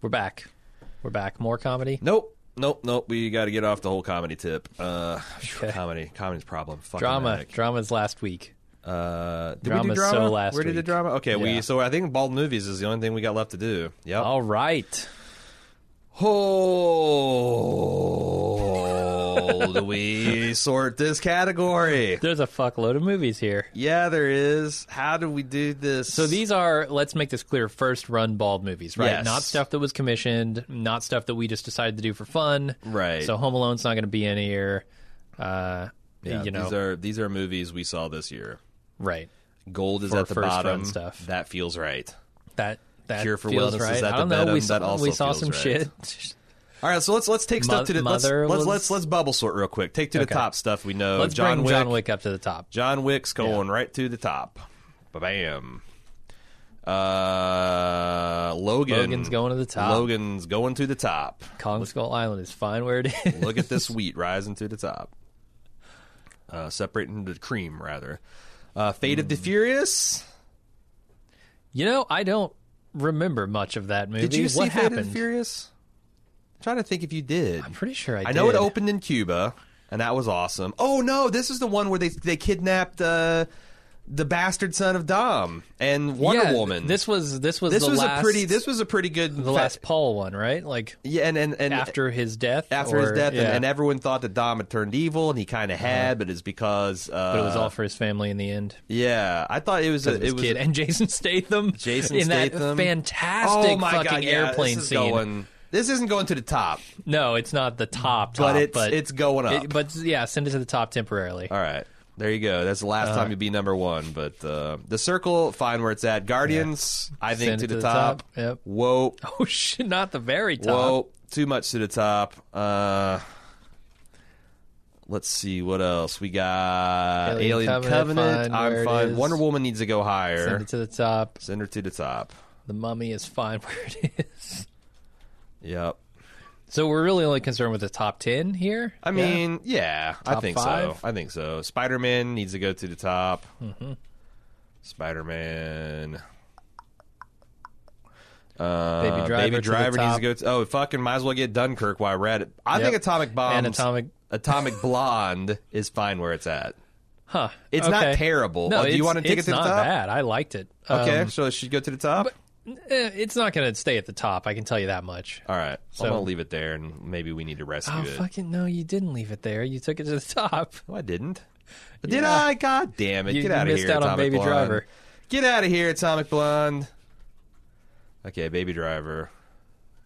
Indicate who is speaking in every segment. Speaker 1: We're back. We're back. More comedy.
Speaker 2: Nope. Nope, nope. We got to get off the whole comedy tip. Uh, phew, comedy, comedy's problem. Fucking
Speaker 1: Drama.
Speaker 2: addict.
Speaker 1: Drama's last week.
Speaker 2: Uh, did we do
Speaker 1: Drama's
Speaker 2: drama?
Speaker 1: so last
Speaker 2: Where did the
Speaker 1: week.
Speaker 2: drama? Okay,
Speaker 1: Yeah.
Speaker 2: we. So I think bald movies is the only thing we got left to do. Yep.
Speaker 1: All right.
Speaker 2: Oh, do we sort this category?
Speaker 1: There's a fuckload of movies here.
Speaker 2: Yeah, there is. How do we do this?
Speaker 1: So these are, let's make this clear, first run bald movies, right?
Speaker 2: Yes.
Speaker 1: Not stuff that was commissioned, not stuff that we just decided to do for fun.
Speaker 2: Right.
Speaker 1: So Home Alone's not going to be in here. Uh,
Speaker 2: Yeah,
Speaker 1: you know,
Speaker 2: these are these are movies we saw this year.
Speaker 1: right.
Speaker 2: Gold is
Speaker 1: For
Speaker 2: at the
Speaker 1: first run
Speaker 2: bottom.
Speaker 1: stuff.
Speaker 2: That feels right.
Speaker 1: That, that
Speaker 2: Cure for
Speaker 1: feels
Speaker 2: Wellness is
Speaker 1: right.
Speaker 2: at the
Speaker 1: I don't know.
Speaker 2: bottom.
Speaker 1: we saw,
Speaker 2: That also
Speaker 1: we saw
Speaker 2: feels
Speaker 1: some
Speaker 2: right.
Speaker 1: shit.
Speaker 2: All right, so let's let's take
Speaker 1: Mo-
Speaker 2: stuff to the let's,
Speaker 1: Mother
Speaker 2: let's
Speaker 1: was-
Speaker 2: let's let's bubble sort real quick. Take to
Speaker 1: Okay.
Speaker 2: the top stuff we know.
Speaker 1: Let's
Speaker 2: John
Speaker 1: bring
Speaker 2: Wick.
Speaker 1: John Wick up to the top.
Speaker 2: John Wick's going right to the top. Ba bam. Uh, Logan.
Speaker 1: Logan's going to the top.
Speaker 2: Logan's going to the top.
Speaker 1: Kong Skull Island is fine where it is.
Speaker 2: Look at this wheat rising to the top. Uh, separating the cream, rather. Uh, Fate of the
Speaker 1: Hmm.
Speaker 2: Furious.
Speaker 1: You know, I don't remember much of that movie.
Speaker 2: Did you see
Speaker 1: what
Speaker 2: Fate
Speaker 1: happened?
Speaker 2: of the Furious? I'm trying to think if you did.
Speaker 1: I'm pretty sure I,
Speaker 2: I know it
Speaker 1: did.
Speaker 2: opened in Cuba, and that was awesome. Oh no, this is the one where they they kidnapped uh, the bastard son of Dom and Wonder
Speaker 1: yeah,
Speaker 2: Woman.
Speaker 1: This was this was
Speaker 2: this
Speaker 1: the
Speaker 2: was
Speaker 1: last,
Speaker 2: a pretty this was a pretty good
Speaker 1: the last Paul one, right? Like
Speaker 2: yeah, and and, and
Speaker 1: after his death.
Speaker 2: after his
Speaker 1: or-
Speaker 2: death,
Speaker 1: yeah. Uh-huh.
Speaker 2: and, and everyone thought that Dom had turned evil, and he kind of had, but it's because uh,
Speaker 1: but it was all for his family in the end.
Speaker 2: yeah. I thought it was a,
Speaker 1: It was,
Speaker 2: it was
Speaker 1: kid and Jason Statham.
Speaker 2: Jason
Speaker 1: in that
Speaker 2: Statham.
Speaker 1: fantastic
Speaker 2: oh my
Speaker 1: fucking
Speaker 2: god, yeah,
Speaker 1: airplane
Speaker 2: this is
Speaker 1: scene.
Speaker 2: Going, this isn't going to the top,
Speaker 1: No, it's not the top, top
Speaker 2: but it's
Speaker 1: but
Speaker 2: it's going up.
Speaker 1: it- but yeah, send it to the top temporarily.
Speaker 2: All right. There you go. That's the last
Speaker 1: Uh,
Speaker 2: time you'd be number one. But uh, the circle, fine where it's at. Guardians, I think
Speaker 1: Send
Speaker 2: to
Speaker 1: it
Speaker 2: the, top.
Speaker 1: Yep.
Speaker 2: Whoa,
Speaker 1: Oh shit! Not the very top.
Speaker 2: whoa, too much to the top. Uh, let's see what else we got.
Speaker 1: Alien
Speaker 2: Alien,
Speaker 1: Covenant, fine
Speaker 2: Covenant.
Speaker 1: where
Speaker 2: I'm
Speaker 1: it
Speaker 2: fine.
Speaker 1: is.
Speaker 2: Wonder Woman needs to go higher.
Speaker 1: Send it to the top.
Speaker 2: Send her to the top.
Speaker 1: The mummy is fine where it is.
Speaker 2: Yep.
Speaker 1: So we're really only concerned with the top ten here.
Speaker 2: I
Speaker 1: Yeah.
Speaker 2: mean, yeah, I
Speaker 1: Top
Speaker 2: think
Speaker 1: five? Mm-hmm.
Speaker 2: so. I think so. Spider Man needs to go to the top. Spider Man. Uh,
Speaker 1: Baby Driver to the
Speaker 2: needs
Speaker 1: top.
Speaker 2: to go. To, oh, fucking might as well get Dunkirk while we're at it. I
Speaker 1: Yep.
Speaker 2: think Atomic Bomb,
Speaker 1: And Atomic-
Speaker 2: Atomic Blonde is fine where it's at.
Speaker 1: huh?
Speaker 2: It's not
Speaker 1: okay.
Speaker 2: terrible.
Speaker 1: No,
Speaker 2: Uh, do you
Speaker 1: it's-
Speaker 2: want to take
Speaker 1: it's
Speaker 2: it to
Speaker 1: not
Speaker 2: the top?
Speaker 1: bad. I liked it. Um,
Speaker 2: Okay, so it should go to the top.
Speaker 1: eh, it's not going to stay at the top. I can tell you that much.
Speaker 2: All right,
Speaker 1: so-
Speaker 2: I'm gonna leave it there, and maybe we need to rescue
Speaker 1: Oh
Speaker 2: it.
Speaker 1: fucking no! You didn't leave it there. You took it to the top.
Speaker 2: No, I didn't. Did
Speaker 1: Yeah.
Speaker 2: I? God damn it.
Speaker 1: You-
Speaker 2: Get
Speaker 1: you
Speaker 2: out of
Speaker 1: missed
Speaker 2: here,
Speaker 1: out on
Speaker 2: Atomic
Speaker 1: Baby
Speaker 2: Blonde.
Speaker 1: Driver.
Speaker 2: Get out of here, Atomic Blonde. Okay, Baby Driver.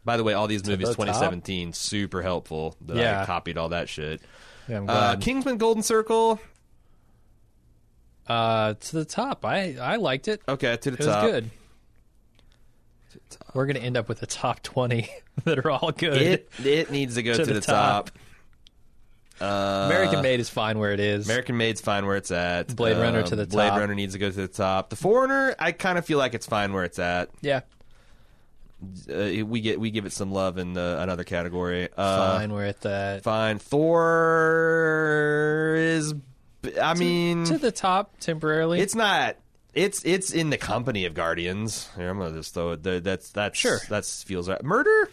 Speaker 2: By the way, all these movies
Speaker 1: the top.
Speaker 2: 2017, super helpful that
Speaker 1: Yeah.
Speaker 2: I copied all that shit.
Speaker 1: Yeah, I'm
Speaker 2: Uh,
Speaker 1: glad.
Speaker 2: Kingsman Golden Circle.
Speaker 1: Uh, to the top. I I liked it.
Speaker 2: Okay, to the
Speaker 1: It was
Speaker 2: top.
Speaker 1: good. We're going to end up with the top twenty that are all good.
Speaker 2: It it needs to go to,
Speaker 1: the
Speaker 2: the, top. Uh,
Speaker 1: American Made is fine where it is.
Speaker 2: American Made's fine where it's at. Uh,
Speaker 1: Blade Runner to the
Speaker 2: Blade
Speaker 1: top.
Speaker 2: Runner needs to go to the top. The Foreigner, I kind of feel like it's fine where it's at.
Speaker 1: yeah,
Speaker 2: Uh, we get we give it some love in uh, another category. Uh,
Speaker 1: fine where it's at.
Speaker 2: Fine. Thor is. I mean,
Speaker 1: to the top temporarily.
Speaker 2: it's not. It's it's in the company of Guardians. Here, I'm gonna just throw it. There, that's that's
Speaker 1: Sure.
Speaker 2: That's feels right. Murder.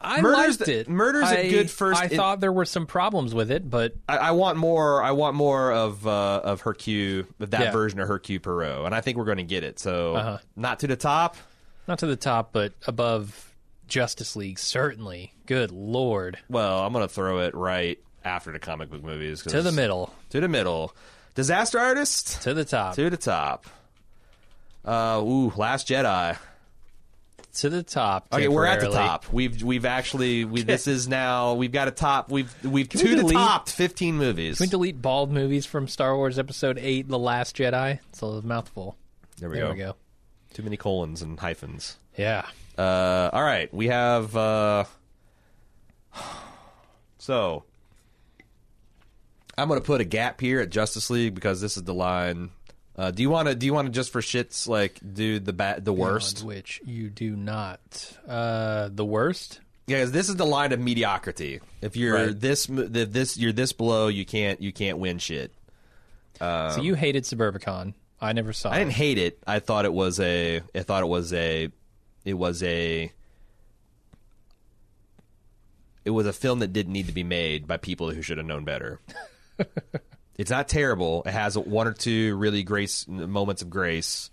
Speaker 1: I
Speaker 2: Murder's
Speaker 1: liked
Speaker 2: the-
Speaker 1: it.
Speaker 2: Murder's
Speaker 1: I,
Speaker 2: a good first-
Speaker 1: I
Speaker 2: it-
Speaker 1: thought there were some problems with it, but
Speaker 2: I, I want more. I want more of uh, of Hercule, of that
Speaker 1: Yeah.
Speaker 2: version of Hercule Perot, and I think we're gonna get it. So
Speaker 1: Uh-huh.
Speaker 2: not to the top.
Speaker 1: not to the top, but above Justice League certainly. Good lord,
Speaker 2: Well, I'm gonna throw it right after the comic book movies. 'cause-
Speaker 1: to the middle,
Speaker 2: To the middle. Disaster artist.
Speaker 1: to the top, to,
Speaker 2: To the top. Uh, ooh, Last Jedi.
Speaker 1: the top.
Speaker 2: Okay, we're at the
Speaker 1: temporarily.
Speaker 2: top. We've we've actually we this is now we've got a top. We've we've
Speaker 1: we
Speaker 2: to the
Speaker 1: delete-
Speaker 2: top fifteen movies.
Speaker 1: Can we delete bald movies from Star Wars Episode Eight: The Last Jedi? It's a mouthful.
Speaker 2: there
Speaker 1: There we go.
Speaker 2: Too many colons and hyphens.
Speaker 1: Yeah.
Speaker 2: Uh, all right, we have uh, so I'm gonna put a gap here at Justice League because this is the line. Uh, do you want to? Do you want to just for shits like do the ba- the worst?
Speaker 1: On which you do not. Uh, the worst.
Speaker 2: Yeah, 'cause this is the line of mediocrity. If you're
Speaker 1: Right.
Speaker 2: this, mo- if this, you're this below. You can't, you can't win shit.
Speaker 1: so you hated Suburbicon. I never saw
Speaker 2: Um, I
Speaker 1: it.
Speaker 2: didn't hate it. I thought it was a. I thought it was a. It was a It was a film that didn't need to be made by people who should have known better. it's not terrible. It has one or two really grace moments of grace,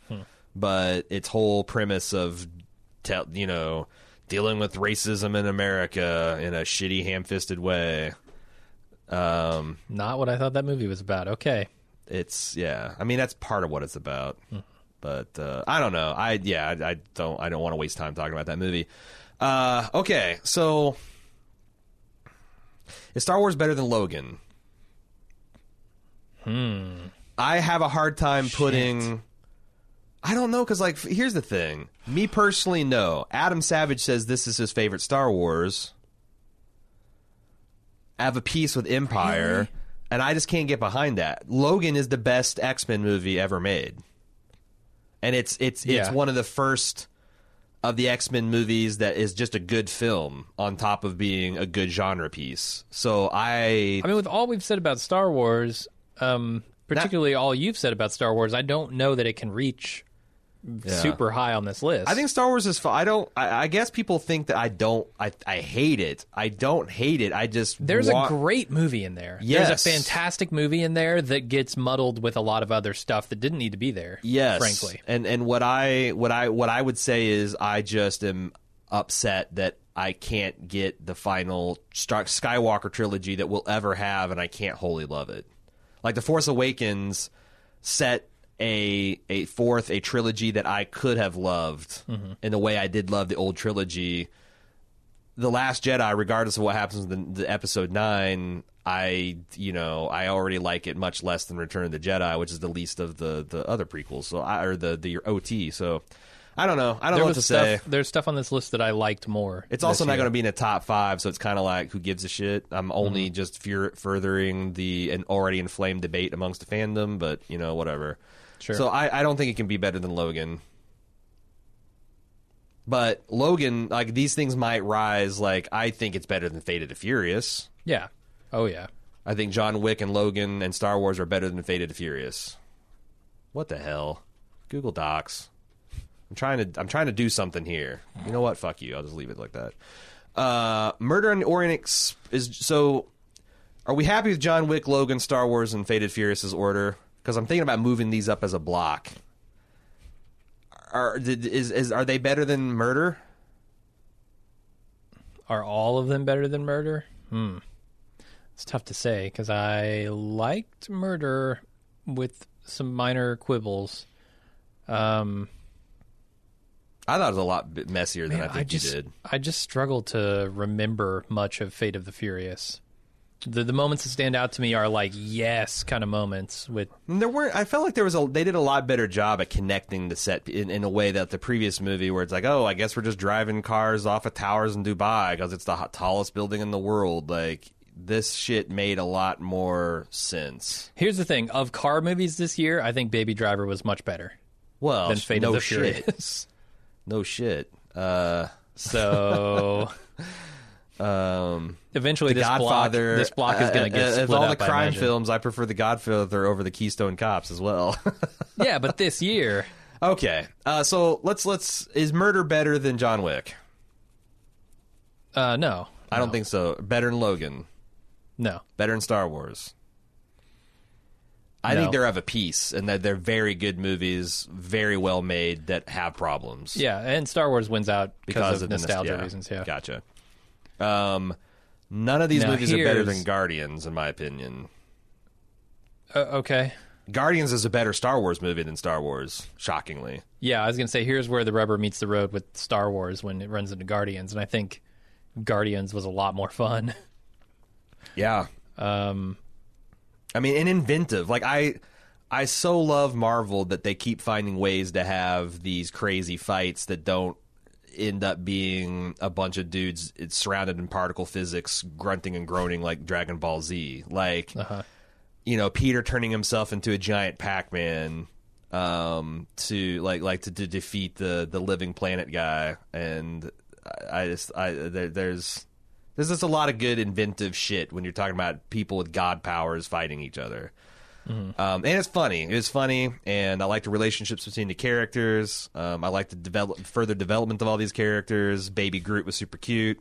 Speaker 2: but its whole premise of tell you know dealing with racism in America in a shitty, ham-fisted way. Um,
Speaker 1: Not what I thought that movie was about. Okay.
Speaker 2: it's yeah. I mean, that's part of what it's about. But uh, I don't know. I yeah. I, I don't. I don't want to waste time talking about that movie. Uh, okay, so is Star Wars better than Logan? Hmm. I have a hard time putting. I don't know because like f- here's the thing. Me personally, no. Adam Savage says this is his favorite Star Wars. I have a piece with Empire, and I just can't get behind that. Logan is the best X Men movie ever made, and it's it's it's
Speaker 1: Yeah.
Speaker 2: one of the first of the X Men movies that is just a good film on top of being a good genre piece. So I
Speaker 1: I mean, with all we've said about Star Wars, um, particularly all you've said about Star Wars, I don't know that it can reach super high on this list.
Speaker 2: I think Star Wars is. Fu- I don't. I, I guess people think that I don't. I I hate it. I don't hate it. I just
Speaker 1: there's
Speaker 2: wa-
Speaker 1: a great movie in there.
Speaker 2: Yes.
Speaker 1: There's a fantastic movie in there that gets muddled with a lot of other stuff that didn't need to be there.
Speaker 2: yes.
Speaker 1: frankly.
Speaker 2: and and what I what I what I would say is I just am upset that I can't get the final Star- Skywalker trilogy that we'll ever have, and I can't wholly love it. Like the Force Awakens set a a fourth a trilogy that I could have loved in the way I did love the old trilogy. The Last Jedi, regardless of what happens in the, the Episode Nine, I you know I already like it much less than Return of the Jedi, which is the least of the the other prequels. So I or the the OT. So I don't know. I don't
Speaker 1: There
Speaker 2: know what
Speaker 1: was
Speaker 2: to
Speaker 1: stuff,
Speaker 2: say.
Speaker 1: There's stuff on this list that I liked more.
Speaker 2: It's also
Speaker 1: this
Speaker 2: not
Speaker 1: year.
Speaker 2: going to be in the top five, so it's kind of like who gives a shit. I'm only
Speaker 1: Mm-hmm.
Speaker 2: just fear- furthering the an already inflamed debate amongst the fandom, but you know whatever.
Speaker 1: Sure.
Speaker 2: So I, I don't think it can be better than Logan. But Logan, like these things might rise. Like I think it's better than Fate of the Furious.
Speaker 1: Yeah. Oh yeah.
Speaker 2: I think John Wick and Logan and Star Wars are better than Fate of the Furious. What the hell? Google Docs. I'm trying to I'm trying to do something here. You know what? Fuck you. I'll just leave it like that. Uh, Murder on the Orient Ex- is so. Are we happy with John Wick, Logan, Star Wars, and Fate of the Furious's order? Because I'm thinking about moving these up as a block. Are did- is, is are they better than Murder?
Speaker 1: Are all of them better than Murder? Hmm. It's tough to say because I liked Murder with some minor quibbles. Um,
Speaker 2: I thought it was a lot bit messier than
Speaker 1: man,
Speaker 2: I think
Speaker 1: just,
Speaker 2: you did.
Speaker 1: I just struggle to remember much of Fate of the Furious. The the moments that stand out to me are like yes kind of moments with
Speaker 2: And There weren't. I felt like there was a. They did a lot better job at connecting the set in, in a way that the previous movie, where it's like, oh, I guess we're just driving cars off of towers in Dubai because it's the ho- tallest building in the world. Like this shit made a lot more sense.
Speaker 1: Here's the thing: of car movies this year, I think Baby Driver was much better
Speaker 2: Well,
Speaker 1: than Fate
Speaker 2: no
Speaker 1: of the
Speaker 2: shit.
Speaker 1: Furious.
Speaker 2: No shit. Uh,
Speaker 1: So,
Speaker 2: um,
Speaker 1: eventually,
Speaker 2: the
Speaker 1: this
Speaker 2: Godfather.
Speaker 1: block this block is going to
Speaker 2: uh,
Speaker 1: get
Speaker 2: uh,
Speaker 1: split
Speaker 2: of all
Speaker 1: up,
Speaker 2: the
Speaker 1: I
Speaker 2: crime
Speaker 1: imagine.
Speaker 2: films. I prefer the Godfather over the Keystone Cops as well.
Speaker 1: Yeah, but this year,
Speaker 2: okay, uh, so let's let's is Murder better than John Wick?
Speaker 1: uh, no,
Speaker 2: I don't think so. Better than Logan.
Speaker 1: no.
Speaker 2: better than Star Wars. I
Speaker 1: No.
Speaker 2: think they're of a piece, and that they're very good movies, very well made that have problems
Speaker 1: Yeah, and Star Wars wins out because, of,
Speaker 2: the
Speaker 1: nostalgia
Speaker 2: nostalgia
Speaker 1: reasons. Yeah,
Speaker 2: gotcha. Um, none of these
Speaker 1: Now
Speaker 2: movies are better
Speaker 1: here's-
Speaker 2: than Guardians, in my opinion.
Speaker 1: Uh, okay.
Speaker 2: Guardians is a better Star Wars movie than Star Wars, shockingly.
Speaker 1: Yeah, I was going to say here's where the rubber meets the road with Star Wars when it runs into Guardians, and I think Guardians was a lot more fun.
Speaker 2: Yeah.
Speaker 1: Um,
Speaker 2: I mean, and inventive. Like I, I so love Marvel that they keep finding ways to have these crazy fights that don't end up being a bunch of dudes it's surrounded in particle physics, grunting and groaning like Dragon Ball Z. Like, you know, Peter turning himself into a giant Pac Man um to like like to, to defeat the the living planet guy and i I just i there, there's there's just a lot of good inventive shit when you're talking about people with god powers fighting each other. Um, and it's funny. It's funny, and I like the relationships between the characters. Um, I like the develop further development of all these characters. Baby Groot was super cute.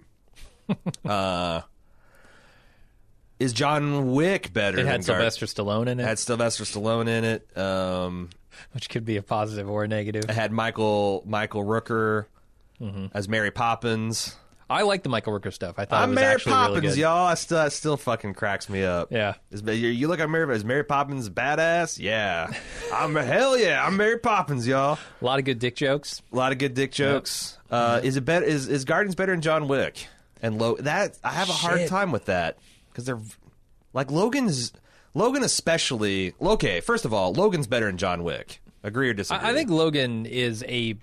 Speaker 2: Is John Wick better?
Speaker 1: It
Speaker 2: than
Speaker 1: had
Speaker 2: Gar-
Speaker 1: Sylvester Stallone in it,
Speaker 2: Had Sylvester Stallone in it. Um,
Speaker 1: which could be a positive or a negative.
Speaker 2: it had Michael Michael Rooker
Speaker 1: Mm-hmm.
Speaker 2: as Mary Poppins.
Speaker 1: I like the Michael Rooker stuff. I thought it
Speaker 2: I'm
Speaker 1: was
Speaker 2: Mary
Speaker 1: actually
Speaker 2: Poppins,
Speaker 1: really good.
Speaker 2: y'all. I still, that still fucking cracks me up.
Speaker 1: Yeah.
Speaker 2: Is, you you look at Mary. Is Mary Poppins badass? Yeah. I'm hell yeah. I'm Mary Poppins, y'all.
Speaker 1: A lot of good dick jokes.
Speaker 2: A lot of good dick jokes. Uh, Is it better? Is is Guardians better than John Wick? And Lo- that I have a hard
Speaker 1: Shit.
Speaker 2: time with that because they're like Logan's Logan especially. Okay, first of all, Logan's better than John Wick. Agree or disagree?
Speaker 1: I, I think Logan is a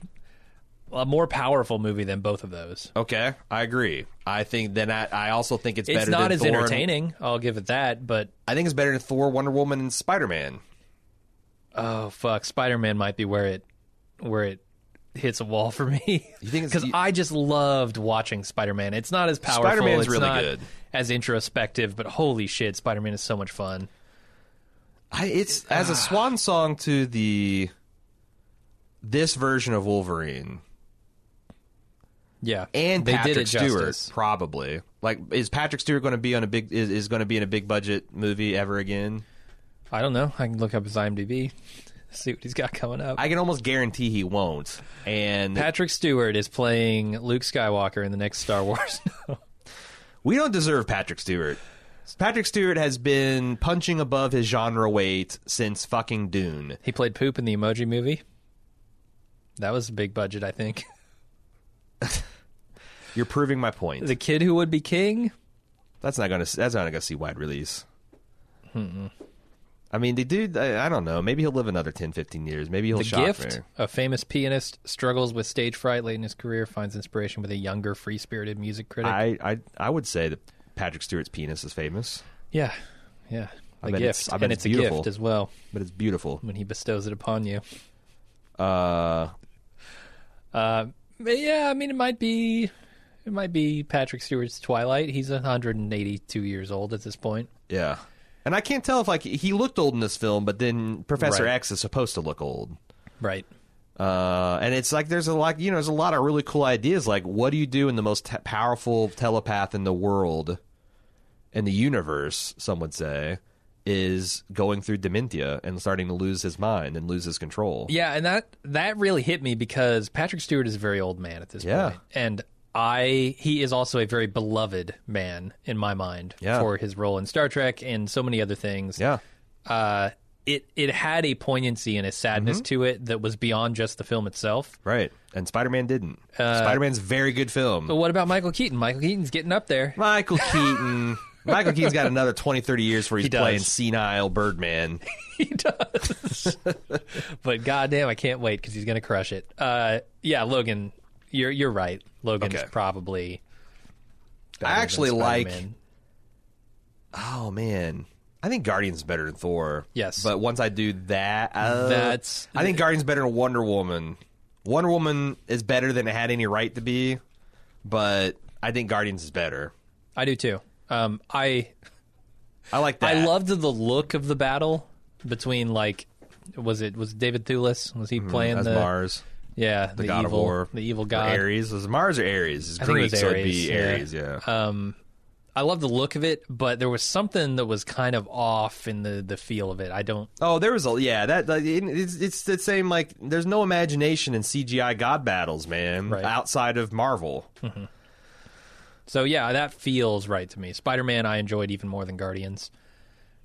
Speaker 1: a more powerful movie than both of those.
Speaker 2: Okay, I agree. I think then I, I also think it's,
Speaker 1: It's
Speaker 2: better.
Speaker 1: not
Speaker 2: than
Speaker 1: as
Speaker 2: Thor and-
Speaker 1: entertaining, I'll give it that, but
Speaker 2: I think it's better than Thor, Wonder Woman, and Spider Man.
Speaker 1: oh fuck, Spider-Man might be where it where it hits a wall for me.
Speaker 2: You think it's-
Speaker 1: because
Speaker 2: you-
Speaker 1: I just loved watching Spider-Man. It's not as powerful.
Speaker 2: Spider-Man's
Speaker 1: it's
Speaker 2: really
Speaker 1: not
Speaker 2: good.
Speaker 1: As introspective, but holy shit, Spider-Man is so much fun.
Speaker 2: I, it's as a swan song to the this version of Wolverine
Speaker 1: Yeah,
Speaker 2: and
Speaker 1: they
Speaker 2: Patrick
Speaker 1: did it
Speaker 2: Stewart
Speaker 1: justice.
Speaker 2: probably. Like, is Patrick Stewart going to be on a big is, is going to be in a big budget movie ever again?
Speaker 1: I don't know. I can look up his IMDb, see what he's got coming up.
Speaker 2: I can almost guarantee he won't. And
Speaker 1: Patrick Stewart is playing Luke Skywalker in the next Star Wars.
Speaker 2: we don't deserve Patrick Stewart. Patrick Stewart has been punching above his genre weight since fucking Dune.
Speaker 1: he played poop in the Emoji Movie. That was a big budget, I think.
Speaker 2: You're proving my point.
Speaker 1: The Kid Who Would Be King.
Speaker 2: That's not gonna. That's not gonna see wide release. I mean, the dude. I, I don't know. Maybe he'll live another 10, 15 years. Maybe he'll
Speaker 1: The
Speaker 2: shock
Speaker 1: Gift.
Speaker 2: me.
Speaker 1: A famous pianist struggles with stage fright late in his career, finds inspiration with a younger, free-spirited music critic.
Speaker 2: I, I, I would say that Patrick Stewart's penis is famous,
Speaker 1: yeah, yeah. The
Speaker 2: bet
Speaker 1: gift,
Speaker 2: it's- I bet
Speaker 1: and
Speaker 2: it's
Speaker 1: it's, a
Speaker 2: beautiful.
Speaker 1: gift as well
Speaker 2: but it's beautiful.
Speaker 1: when he bestows it upon you.
Speaker 2: Uh,
Speaker 1: Uh, but yeah, I mean, it might be, it might be Patrick Stewart's Twilight. He's 182 years old at this point.
Speaker 2: yeah. And I can't tell if like he looked old in this film, but then Professor
Speaker 1: Right.
Speaker 2: X is supposed to look old.
Speaker 1: Right.
Speaker 2: Uh, and it's like there's a lot, you know, there's a lot of really cool ideas. Like, what do you do in the most te- powerful telepath in the world, in the universe? Some would say is going through dementia and starting to lose his mind and lose his control.
Speaker 1: Yeah, and that that really hit me because Patrick Stewart is a very old man at this
Speaker 2: Yeah.
Speaker 1: point. and I he is also a very beloved man in my mind
Speaker 2: Yeah.
Speaker 1: for his role in Star Trek and so many other things.
Speaker 2: Yeah.
Speaker 1: Uh, it it had a poignancy and a sadness
Speaker 2: Mm-hmm.
Speaker 1: to it that was beyond just the film itself.
Speaker 2: right. And Spider Man didn't.
Speaker 1: Uh,
Speaker 2: Spider Man's very good film.
Speaker 1: But what about Michael Keaton? Michael Keaton's getting up there.
Speaker 2: Michael Keaton. Michael Keaton's got another 20, 30 years where he's
Speaker 1: does.
Speaker 2: playing senile Birdman.
Speaker 1: he does. but goddamn, I can't wait because he's gonna crush it. Uh, yeah, Logan, you're you're right. Logan's
Speaker 2: Okay.
Speaker 1: probably. better
Speaker 2: I
Speaker 1: than
Speaker 2: actually like.
Speaker 1: Spider-Man.
Speaker 2: Oh man, I think Guardians is better than Thor.
Speaker 1: Yes.
Speaker 2: but once I do that, uh,
Speaker 1: That's-
Speaker 2: I think Guardians is better than Wonder Woman. Wonder Woman is better than it had any right to be, but I think Guardians is better.
Speaker 1: I do too. Um, I
Speaker 2: I like that.
Speaker 1: I loved the look of the battle between like was it was David Thewlis was he playing
Speaker 2: as
Speaker 1: the
Speaker 2: Mars,
Speaker 1: yeah the,
Speaker 2: Mm-hmm. the God
Speaker 1: evil
Speaker 2: of War,
Speaker 1: the evil
Speaker 2: Or
Speaker 1: god
Speaker 2: Ares was it Mars or Ares? It's
Speaker 1: think it
Speaker 2: Greek,
Speaker 1: was
Speaker 2: so it'd be Ares.
Speaker 1: Ares, Uh,
Speaker 2: Yeah,
Speaker 1: I love the look of it but there was something that was kind of off in the the feel of it I don't
Speaker 2: Oh, there was a yeah. That that- it- it's it's the same. Like, there's no imagination in CGI god battles, man.
Speaker 1: Right.
Speaker 2: Outside of Marvel,
Speaker 1: so yeah that feels right to me Spider Man I enjoyed even more than Guardians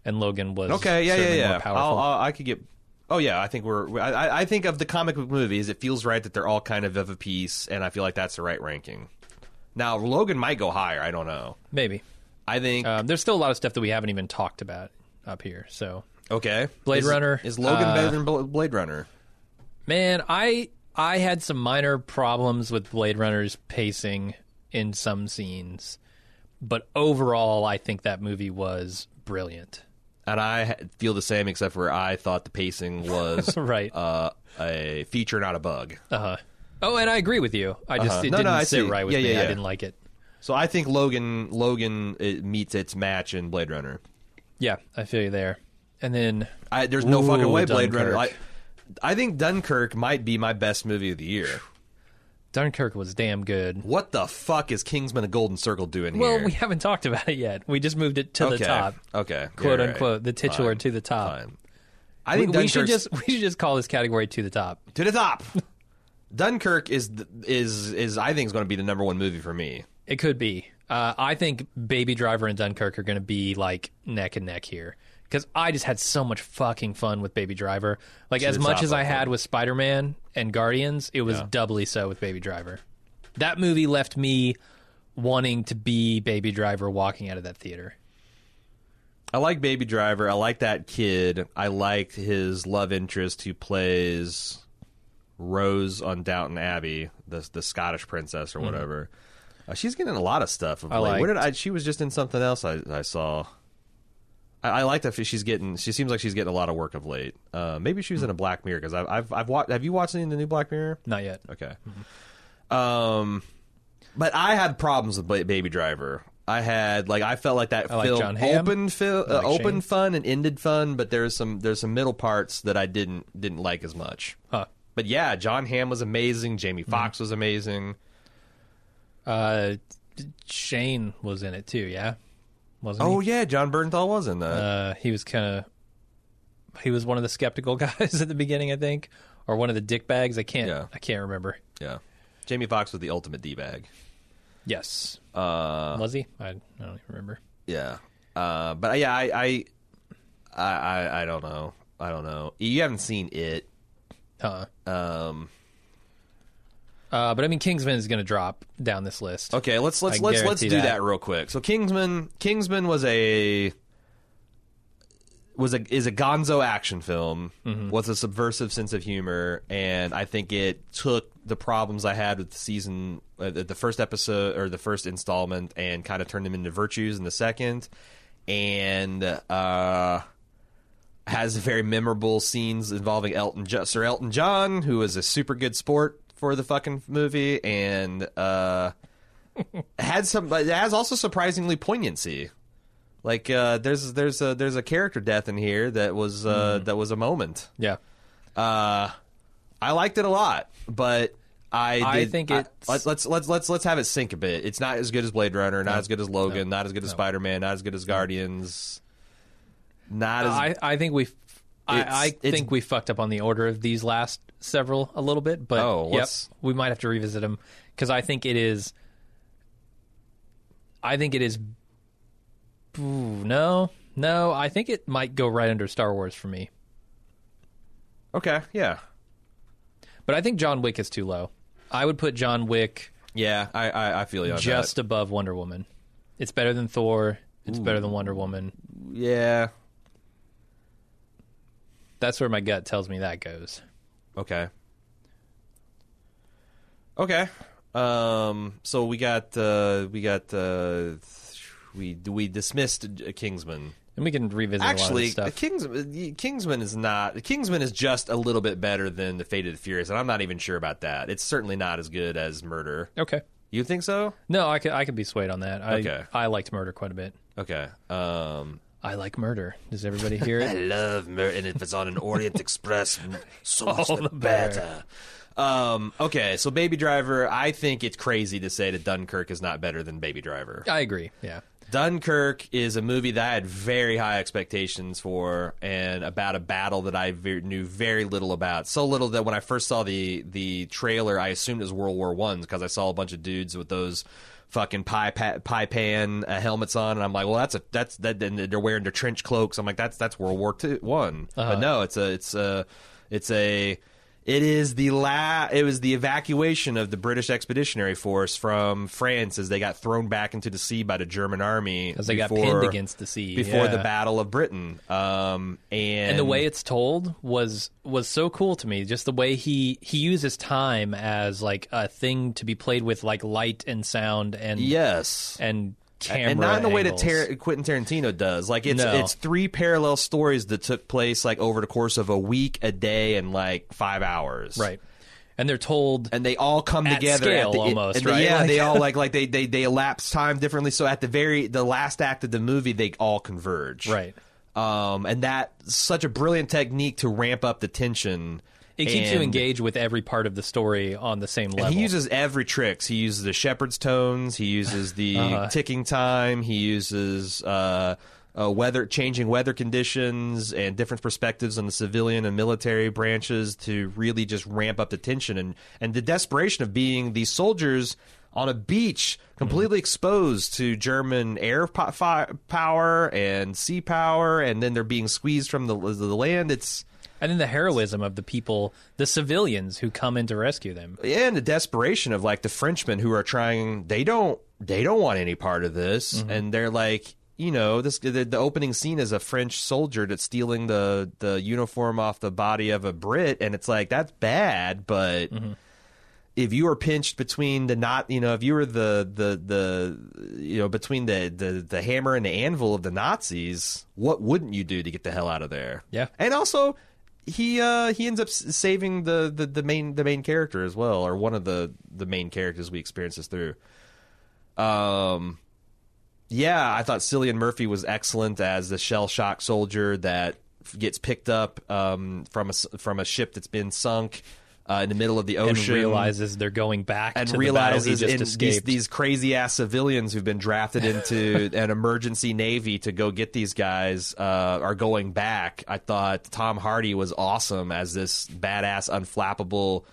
Speaker 1: and Logan was
Speaker 2: Okay, yeah, yeah,
Speaker 1: certainly
Speaker 2: yeah.
Speaker 1: more
Speaker 2: I'll,
Speaker 1: powerful
Speaker 2: I'll, I could get. Oh yeah, I think we're. I, I- I think of the comic book movies, it feels right that they're all kind of of a piece, and I feel like that's the right ranking. Now Logan might go higher. I don't know.
Speaker 1: maybe
Speaker 2: I think
Speaker 1: um, there's still a lot of stuff that we haven't even talked about up here so
Speaker 2: okay.
Speaker 1: Blade
Speaker 2: Is-
Speaker 1: Runner,
Speaker 2: is Logan
Speaker 1: uh,
Speaker 2: better than Bl- Blade Runner?
Speaker 1: Man, I I had some minor problems with Blade Runner's pacing in some scenes, but overall, I think that movie was brilliant.
Speaker 2: And I ha- feel the same, except for I thought the pacing was
Speaker 1: Right.
Speaker 2: uh, a feature, not a bug.
Speaker 1: Uh huh. Oh, and I agree with you. I just it
Speaker 2: Uh-huh. No, no,
Speaker 1: didn't
Speaker 2: I
Speaker 1: sit
Speaker 2: see.
Speaker 1: right with
Speaker 2: Yeah,
Speaker 1: me.
Speaker 2: yeah,
Speaker 1: I
Speaker 2: yeah.
Speaker 1: didn't like it.
Speaker 2: So I think Logan Logan it meets its match in Blade Runner.
Speaker 1: Yeah, I feel you there. And then
Speaker 2: I, there's no
Speaker 1: Ooh,
Speaker 2: fucking way Blade
Speaker 1: Dunkirk.
Speaker 2: Runner. I, I think Dunkirk might be my best movie of the year.
Speaker 1: Dunkirk was damn good.
Speaker 2: What the fuck is Kingsman: A Golden Circle doing
Speaker 1: Well,
Speaker 2: here?
Speaker 1: we haven't talked about it yet. We just moved it to
Speaker 2: okay.
Speaker 1: the top,
Speaker 2: Okay.
Speaker 1: quote
Speaker 2: Yeah, right.
Speaker 1: unquote, the titular to the top.
Speaker 2: Fine. I
Speaker 1: We,
Speaker 2: think
Speaker 1: we should
Speaker 2: Dunkirk's-
Speaker 1: just we should just call this category to the top.
Speaker 2: to the top. Dunkirk is th- is is I think is going to be the number one movie for me.
Speaker 1: It could be. Uh, I think Baby Driver and Dunkirk are going to be like neck and neck here because I just had so much fucking fun with Baby Driver. Like as
Speaker 2: the
Speaker 1: much
Speaker 2: top,
Speaker 1: as
Speaker 2: I
Speaker 1: I had with Spider Man and Guardians, it was doubly so with Baby Driver. That movie left me wanting to be Baby Driver walking out of that theater.
Speaker 2: I like Baby Driver. I like that kid. I liked his love interest who plays Rose on Downton Abbey, the the Scottish princess or whatever. Uh, she's getting a lot of stuff. Of
Speaker 1: Hmm. I
Speaker 2: late. what
Speaker 1: liked-
Speaker 2: did I? She was just in something else I, I saw. I, I like that she's getting. She seems like she's getting a lot of work of late. Uh, maybe she was
Speaker 1: Hmm.
Speaker 2: in a Black Mirror because I've I've, I've watched. Have you watched any of the new Black Mirror?
Speaker 1: Not yet.
Speaker 2: Okay. Um, but I had problems with Ba- Baby Driver. I had like I felt like that
Speaker 1: like
Speaker 2: film
Speaker 1: John Hamm.
Speaker 2: open fil- uh,
Speaker 1: like
Speaker 2: open
Speaker 1: Shane.
Speaker 2: fun and ended fun, but there's some there's some middle parts that I didn't didn't like as much.
Speaker 1: Huh.
Speaker 2: But yeah, John Hamm was amazing. Jamie Foxx was amazing.
Speaker 1: Uh, Shane was in it too. Yeah, wasn't
Speaker 2: Oh yeah, John Bernthal was in
Speaker 1: he?
Speaker 2: that.
Speaker 1: Uh, he was kind of. He was one of the skeptical guys at the beginning, I think, or one of the dick bags. I can't.
Speaker 2: Yeah.
Speaker 1: I can't remember.
Speaker 2: yeah, Jamie Foxx was the ultimate d bag.
Speaker 1: Yes.
Speaker 2: Uh,
Speaker 1: was he? I, I don't even remember.
Speaker 2: Yeah. Uh, but uh, yeah, I I, I I I don't know. I don't know. You haven't seen it.
Speaker 1: Uh,
Speaker 2: Um,
Speaker 1: uh, but I mean, Kingsman is going to drop down this list.
Speaker 2: Okay, let's let's
Speaker 1: I
Speaker 2: let's let's
Speaker 1: guarantee
Speaker 2: do that.
Speaker 1: that.
Speaker 2: real quick. So Kingsman Kingsman was a was a is a gonzo action film
Speaker 1: Mm-hmm.
Speaker 2: with a subversive sense of humor, and I think it took the problems I had with the season, uh, the first episode or the first installment, and kind of turned them into virtues in the second, and uh, has very memorable scenes involving Elton jo- Sir Elton John, who is a super good sport for the fucking movie, and uh had some but it has also surprisingly poignancy like uh there's there's a there's a character death in here that was uh
Speaker 1: Mm-hmm.
Speaker 2: that was a moment
Speaker 1: Yeah.
Speaker 2: uh i liked it a lot but i
Speaker 1: I
Speaker 2: did-
Speaker 1: think
Speaker 2: I-
Speaker 1: it's-
Speaker 2: let's, let's let's let's let's have it sink a bit it's not as good as blade runner not as good as logan not as good as spider-man not as good as guardians not as
Speaker 1: I, I think we.
Speaker 2: It's-
Speaker 1: I, I
Speaker 2: it's-
Speaker 1: think we fucked up on the order of these last several a little bit, but
Speaker 2: Oh,
Speaker 1: yep,
Speaker 2: let's-
Speaker 1: we might have to revisit them because I think it is. I think it is. Ooh, no, no, I think it might go right under Star Wars for me,
Speaker 2: okay yeah
Speaker 1: but I think John Wick is too low. I would put John Wick
Speaker 2: yeah i i, I feel you on
Speaker 1: just above Wonder Woman. It's better than Thor. It's better than Wonder Woman.
Speaker 2: that. yeah
Speaker 1: That's where my gut tells me that goes.
Speaker 2: Okay. Okay. Um. So we got uh we got uh we we dismissed uh, Kingsman.
Speaker 1: And we can revisit
Speaker 2: Actually,
Speaker 1: a lot of this stuff.
Speaker 2: Kingsman uh, Kingsman is not Kingsman is just a little bit better than the Fate of the Furious, and I'm not even sure about that. It's certainly not as good as Murder.
Speaker 1: Okay.
Speaker 2: You think so?
Speaker 1: No, I could I could be swayed on that. I
Speaker 2: Okay.
Speaker 1: I liked murder quite a bit.
Speaker 2: Okay. Um.
Speaker 1: I like murder. Does everybody hear
Speaker 2: I
Speaker 1: it?
Speaker 2: love murder, and if it's on an Orient Express, so much
Speaker 1: All
Speaker 2: the
Speaker 1: the
Speaker 2: better.
Speaker 1: better.
Speaker 2: Um, okay, so Baby Driver, I think it's crazy to say that Dunkirk is not better than Baby Driver.
Speaker 1: I agree. Yeah.
Speaker 2: Dunkirk is a movie that I had very high expectations for, and about a battle that I ve- knew very little about. So little that when I first saw the the trailer, I assumed it was World War One because I saw a bunch of dudes with those fucking pie pa- pie pan uh, helmets on, and I'm like, well, that's a that's that. And they're wearing their trench cloaks. I'm like, that's that's World War Two One. But no, it's a it's a it's a it is the la- It was the evacuation of the British Expeditionary Force from France as they got thrown back into the sea by the German army
Speaker 1: Because they got
Speaker 2: before-
Speaker 1: pinned against the sea.
Speaker 2: before the
Speaker 1: Yeah.
Speaker 2: Battle of Britain. Um, and,
Speaker 1: And the way it's told was was so cool to me. Just the way he he uses time as like a thing to be played with, like light and sound and
Speaker 2: yes,
Speaker 1: and camera,
Speaker 2: and not in the way that
Speaker 1: angles.
Speaker 2: Tar- Quentin Tarantino does. Like it's
Speaker 1: No.
Speaker 2: it's three parallel stories that took place like over the course of a week, a day, and like five hours.
Speaker 1: right. And they're told
Speaker 2: and they all come
Speaker 1: At
Speaker 2: together
Speaker 1: scale,
Speaker 2: the,
Speaker 1: almost,
Speaker 2: and the-
Speaker 1: right?
Speaker 2: Yeah,
Speaker 1: Like-
Speaker 2: they all like like they, they they elapse time differently. So at the very the last act of the movie, they all converge,
Speaker 1: Right.
Speaker 2: Um, and that such a brilliant technique to ramp up the tension
Speaker 1: It keeps you
Speaker 2: And-
Speaker 1: engaged with every part of the story on the same level.
Speaker 2: And he uses every tricks. He uses the shepherd's tones. He uses the ticking time. He uses uh, uh, weather, changing weather conditions, and different perspectives on the civilian and military branches to really just ramp up the tension and and the desperation of being these soldiers on a beach, completely exposed to German air po- fi- power and sea power, and then they're being squeezed from the, the land. It's
Speaker 1: and then the heroism of the people, the civilians who come in to rescue them.
Speaker 2: yeah, and the desperation of like the Frenchmen who are trying. They don't. They don't want any part of this, and they're like, you know, this. The, the opening scene is a French soldier that's stealing the the uniform off the body of a Brit, and it's like that's bad, but. If you were pinched between the not, you know, if you were the the the, you know, between the the the hammer and the anvil of the Nazis, what wouldn't you do to get the hell out of there?
Speaker 1: Yeah.
Speaker 2: and also he uh he ends up s- saving the, the the main the main character as well or one of the the main characters we experience this through um yeah i thought cillian murphy was excellent as the shell shock soldier that f- gets picked up um from a s- from a ship that's been sunk uh, in the middle of the
Speaker 1: And
Speaker 2: ocean
Speaker 1: realizes they're going back
Speaker 2: and
Speaker 1: to
Speaker 2: realizes
Speaker 1: the battle he
Speaker 2: in
Speaker 1: just
Speaker 2: these,
Speaker 1: escaped.
Speaker 2: these crazy ass civilians who've been drafted into an emergency navy to go get these guys uh, are going back. I thought Tom Hardy was awesome as this badass, unflappable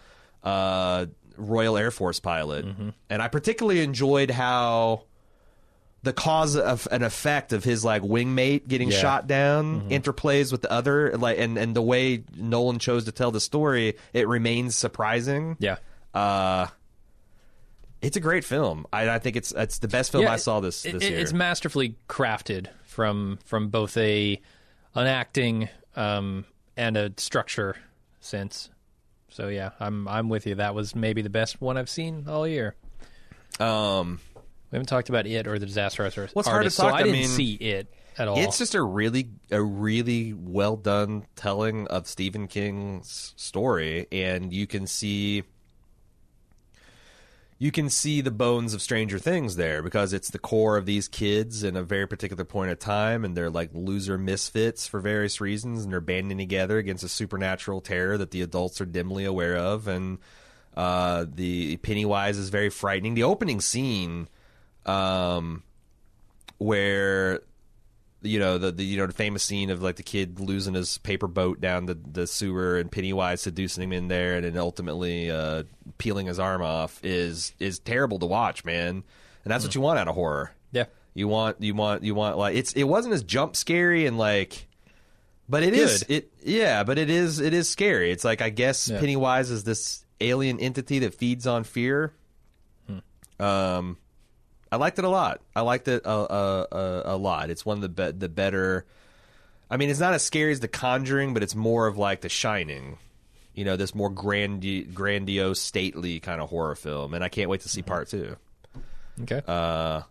Speaker 2: uh, Royal Air Force pilot,
Speaker 1: Mm-hmm.
Speaker 2: and I particularly enjoyed how the cause of an effect of his like wingmate getting
Speaker 1: Yeah. Mm-hmm.
Speaker 2: shot down interplays with the other like and and the way Nolan chose to tell the story it remains surprising
Speaker 1: yeah.
Speaker 2: uh it's a great film. I, I think it's it's the best film
Speaker 1: Yeah,
Speaker 2: I saw this
Speaker 1: it-
Speaker 2: this
Speaker 1: it-
Speaker 2: year.
Speaker 1: It's masterfully crafted from from both a an acting um, and a structure sense. So yeah, I'm I'm with you. That was maybe the best one I've seen all year.
Speaker 2: um,
Speaker 1: We haven't talked about it or the disaster artist.
Speaker 2: Well, it's hard to
Speaker 1: Artist,
Speaker 2: talk,
Speaker 1: So I,
Speaker 2: I
Speaker 1: didn't
Speaker 2: mean,
Speaker 1: see it at all.
Speaker 2: it's just a really a really well done telling of Stephen King's story, and you can see you can see the bones of Stranger Things there because it's the core of these kids in a very particular point of time, and they're like loser misfits for various reasons, and they're banding together against a supernatural terror that the adults are dimly aware of, and uh, the Pennywise is very frightening. The opening scene, um, where you know the, the you know the famous scene of like the kid losing his paper boat down the, the sewer and Pennywise seducing him in there and then ultimately uh, peeling his arm off is is terrible to watch, man. And that's what you want out of horror.
Speaker 1: yeah.
Speaker 2: You want you want you want like it's it wasn't as jump scary and like but it is
Speaker 1: Good.
Speaker 2: it yeah, but it is it is scary. It's like I guess
Speaker 1: Yeah.
Speaker 2: Pennywise is this alien entity that feeds on fear.
Speaker 1: Hmm.
Speaker 2: Um I liked it a lot. I liked it a, a, a, a lot. It's one of the be- the better I mean, it's not as scary as The Conjuring, but it's more of like The Shining. You know, this more grandi- grandiose, stately kind of horror film, and I can't wait to
Speaker 1: Mm-hmm.
Speaker 2: see part 2
Speaker 1: Okay.
Speaker 2: Uh,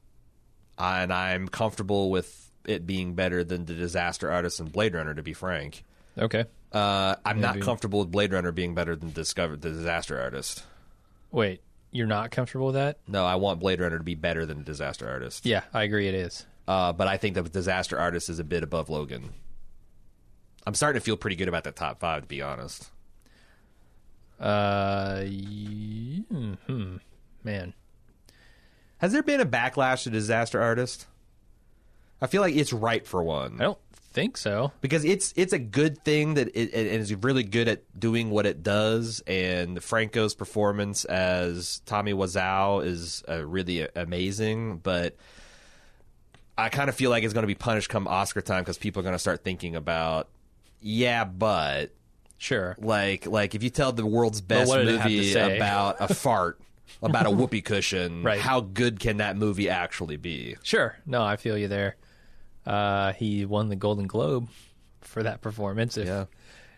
Speaker 2: and I'm comfortable with it being better than the Disaster Artist and Blade Runner. To be frank,
Speaker 1: okay.
Speaker 2: uh, I'm not comfortable with Blade Runner being better than Discover the Disaster Artist.
Speaker 1: Wait, you're not comfortable with that?
Speaker 2: No, I want Blade Runner to be better than the Disaster Artist.
Speaker 1: Yeah, I agree. It is.
Speaker 2: Uh, but I think the Disaster Artist is a bit above Logan. I'm starting to feel pretty good about that top five, to be honest.
Speaker 1: Uh, y- hmm, man.
Speaker 2: Has there been a backlash to Disaster Artist? I feel like it's ripe for one.
Speaker 1: I don't think so.
Speaker 2: because it's it's a good thing that it, it is really good at doing what it does, and Franco's performance as Tommy Wiseau is uh, really amazing. But I kind of feel like it's going to be punished come Oscar time because people are going to start thinking about, yeah, but
Speaker 1: Sure.
Speaker 2: like like if you tell the world's best
Speaker 1: what did it have to
Speaker 2: movie
Speaker 1: say?
Speaker 2: about a fart, about a whoopee cushion,
Speaker 1: Right.
Speaker 2: how good can that movie actually be?
Speaker 1: Sure. No, I feel you there. Uh, he won the Golden Globe for that performance. If,
Speaker 2: Yeah.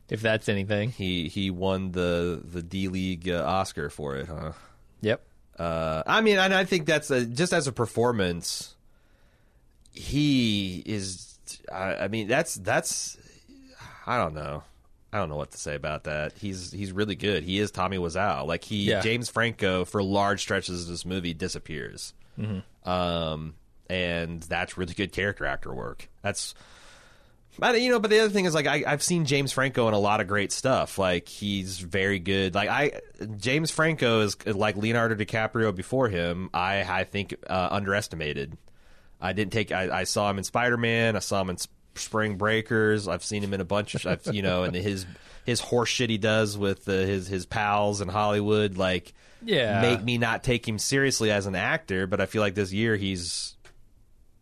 Speaker 1: If that's anything.
Speaker 2: He he won the the D League uh, Oscar for it, huh?
Speaker 1: Yep.
Speaker 2: Uh, I mean, and I think that's a, just as a performance. He is. I, I mean, that's that's. I don't know. I don't know what to say about that. He's he's really good. He is Tommy Wiseau. Like he
Speaker 1: Yeah.
Speaker 2: James Franco for large stretches of this movie disappears. Um, and that's really good character actor work. That's But you know, but the other thing is like I, I've seen James Franco in a lot of great stuff. Like he's very good. Like I, James Franco is like Leonardo DiCaprio before him. I I think uh, underestimated. I didn't take. I, I saw him in Spider Man. I saw him in S- Spring Breakers. I've seen him in a bunch. Of, I've, you know, and his his horse shit he does with uh, his his pals in Hollywood. Like
Speaker 1: Yeah.
Speaker 2: make me not take him seriously as an actor. But I feel like this year he's